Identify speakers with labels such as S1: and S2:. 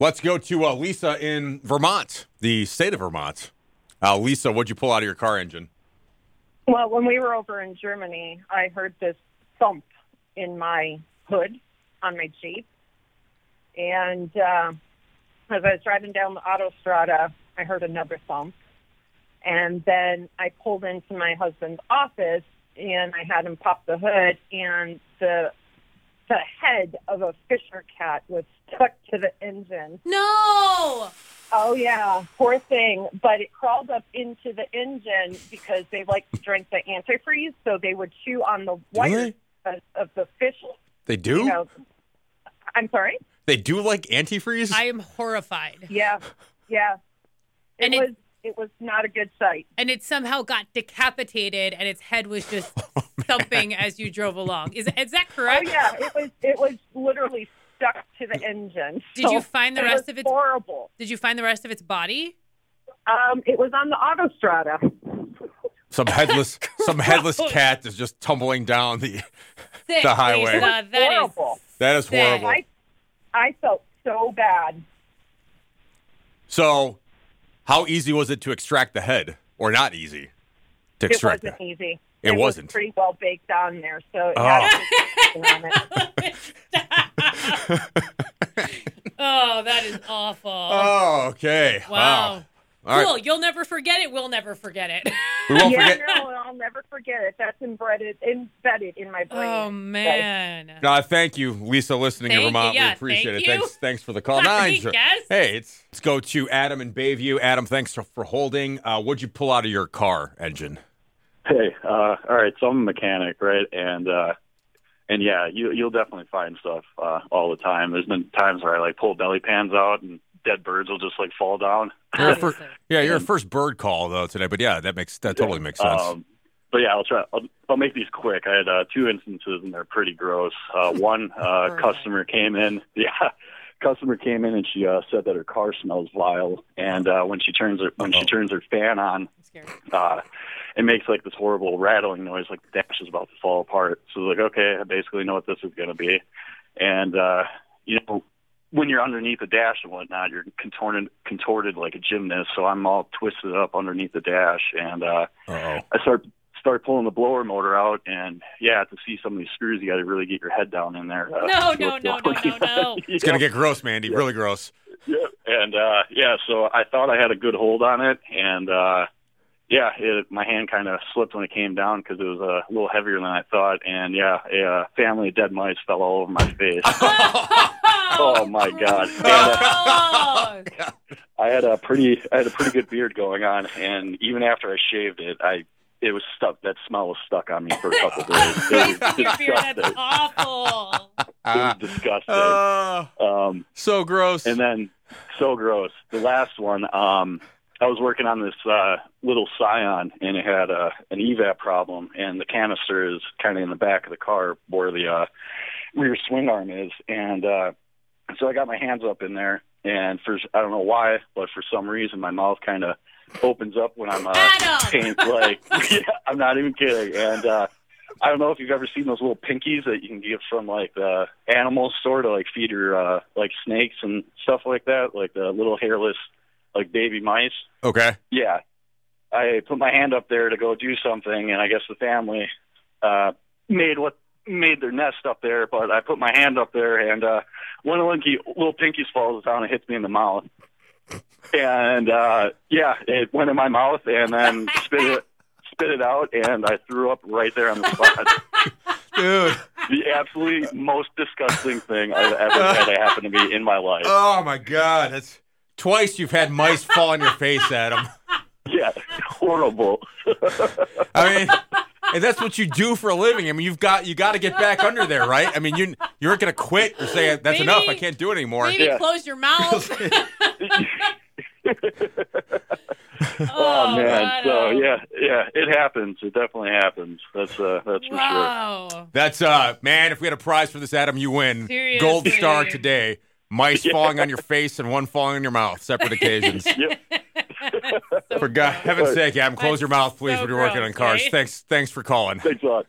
S1: Let's go to uh, Lisa in Vermont, the state of Vermont. Uh, Lisa, what'd you pull out of your car engine?
S2: Well, when we were over in Germany, I heard this thump in my hood on my Jeep. And uh, as I was driving down the autostrada, I heard another thump. And then I pulled into my husband's office and I had him pop the hood and the the head of a fisher cat was stuck to the engine.
S3: No.
S2: Oh yeah, poor thing. But it crawled up into the engine because they like to drink the antifreeze, so they would chew on the
S1: they?
S2: wires because of the fish.
S1: They do?
S2: You know, I'm sorry.
S1: They do like antifreeze?
S3: I am horrified.
S2: Yeah, yeah. It
S3: And it-
S2: was it was not a good sight.
S3: And it somehow got decapitated and its head was just
S1: Oh,
S3: thumping as you drove along. Is, is that
S2: Oh
S3: correct?
S2: yeah, it was it was literally stuck to the engine.
S3: Did
S2: So
S3: you find the
S2: it
S3: rest
S2: was
S3: of its-
S2: horrible?
S3: Did you find the rest of its body?
S2: Um, it was on the autostrada.
S1: some headless some headless cat is just tumbling down the
S3: Thick,
S1: The highway.
S3: Lisa,
S1: It
S3: that
S2: was
S3: is
S2: horrible.
S1: That is
S3: sick.
S1: horrible.
S2: I I felt so bad.
S1: So how easy was it to extract the head? Or not easy to extract
S2: it wasn't
S1: that?
S2: easy.
S1: It
S2: was
S1: wasn't.
S2: pretty well baked on there, so it
S1: Oh.
S2: had a little on it.
S3: Oh, that is awful.
S1: Oh, okay.
S3: wow.
S1: All right.
S3: Cool. You'll never forget it. We'll never forget it.
S1: We won't
S2: yeah,
S1: forget.
S2: no, I'll never forget it. That's embedded embedded in my brain.
S3: oh, man.
S1: Uh, thank you, Lisa, listening in
S3: Thank you.
S1: Vermont.
S3: Yeah,
S1: we appreciate
S3: thank
S1: it.
S3: you.
S1: Thanks, thanks for the call.
S3: I
S1: Nine.
S3: guess.
S1: Hey, it's, let's go to Adam in Bayview. Adam, thanks for, for holding. Uh, what'd you pull out of your car engine?
S4: Hey, uh, all right, so I'm a mechanic, right? And uh, and yeah, you you'll definitely find stuff uh, all the time. There's been times where I like pull belly pans out and dead birds will just like fall down.
S1: You're a
S3: Obviously.
S1: yeah, your first bird call though today, but yeah, that makes that totally makes sense.
S4: Um, but yeah, I'll try. I'll, I'll make these quick. I had uh, two instances, and they're pretty gross. Uh, one uh,
S3: Perfect.
S4: customer came in. Yeah, customer came in, and she uh, said that her car smells vile. And uh, when she turns her when
S1: Uh-oh.
S4: she turns her fan on,
S3: I'm scared.
S4: uh, it makes like this horrible rattling noise, like the dash is about to fall apart. So like, okay, I basically know what this is going to be. And uh, you know, when you're underneath the dash and whatnot, you're contorted, contorted like a gymnast. So I'm all twisted up underneath the dash, and uh,
S1: oh.
S4: I start start pulling the blower motor out. And yeah, to see some of these screws, you got to really get your head down in there.
S3: No,
S4: Uh, to see
S3: no,
S4: what's
S3: no,
S4: going
S3: no, no,
S4: on.
S3: no.
S1: It's gonna get gross, Mandy. Really gross.
S4: Yeah, and uh yeah, so I thought I had a good hold on it, and uh yeah, it, my hand kind of slipped when it came down because it was uh, a little heavier than I thought, and yeah, a uh, family of dead mice fell all over my face. oh my god! And, uh,
S3: Oh.
S4: I had a pretty, I had a pretty good beard going on, and even after I shaved it, I it was stuck. That smell was stuck on me for a couple days. It was
S3: Wasting your beer. That's
S4: disgusting.
S3: awful.
S4: It was
S1: Ah.
S4: disgusting.
S1: Uh,
S4: Um,
S1: so gross.
S4: And then, so gross. The last one, um, I was working on this uh, little Scion, and it had uh, an evap problem, and the canister is kind of in the back of the car where the uh, rear swing arm is, and uh, so I got my hands up in there, and for I don't know why, but for some reason, my mouth kind of opens up when I'm uh,
S3: Adam!
S4: paint, like yeah, I'm not even kidding, and. Uh, I don't know if you've ever seen those little pinkies that you can get from like the animal store to like feed your uh, like snakes and stuff like that, like the little hairless like baby mice.
S1: okay.
S4: Yeah, I put my hand up there to go do something, and I guess the family uh, made what made their nest up there. But I put my hand up there, and uh, one of the linky, little pinkies falls down and hits me in the mouth. And uh, yeah, it went in my mouth, and then spit it spit it out, and I threw up right there on the spot.
S1: Dude.
S4: The absolute most disgusting thing I've ever had happen to me in my life.
S1: Oh my god. That's twice you've had mice fall on your face, Adam.
S4: Yeah, horrible.
S1: I mean, and that's what you do for a living. I mean, you've got you got to get back under there, right? I mean, you you aren't gonna quit or say that's
S3: Maybe-
S1: enough. I can't do it anymore.
S3: Maybe
S4: Yeah.
S3: close your mouth. oh,
S4: Oh, man. So
S3: Adam.
S4: yeah, yeah, it happens. It definitely happens. That's uh, that's for sure.
S3: Wow.
S1: That's uh, man. If we had a prize for this, Adam, you win. Gold
S3: Seriously.
S1: star today. Mice falling on your face and one falling in your mouth, separate occasions.
S4: Yep.
S3: So
S1: For God,
S3: gross.
S1: heaven's sake, Adam, close
S3: That's
S1: your mouth, please.
S3: so
S1: when you're working
S3: gross, eh?
S1: on cars.
S3: right?
S1: Thanks, thanks for calling.
S4: Thanks a lot.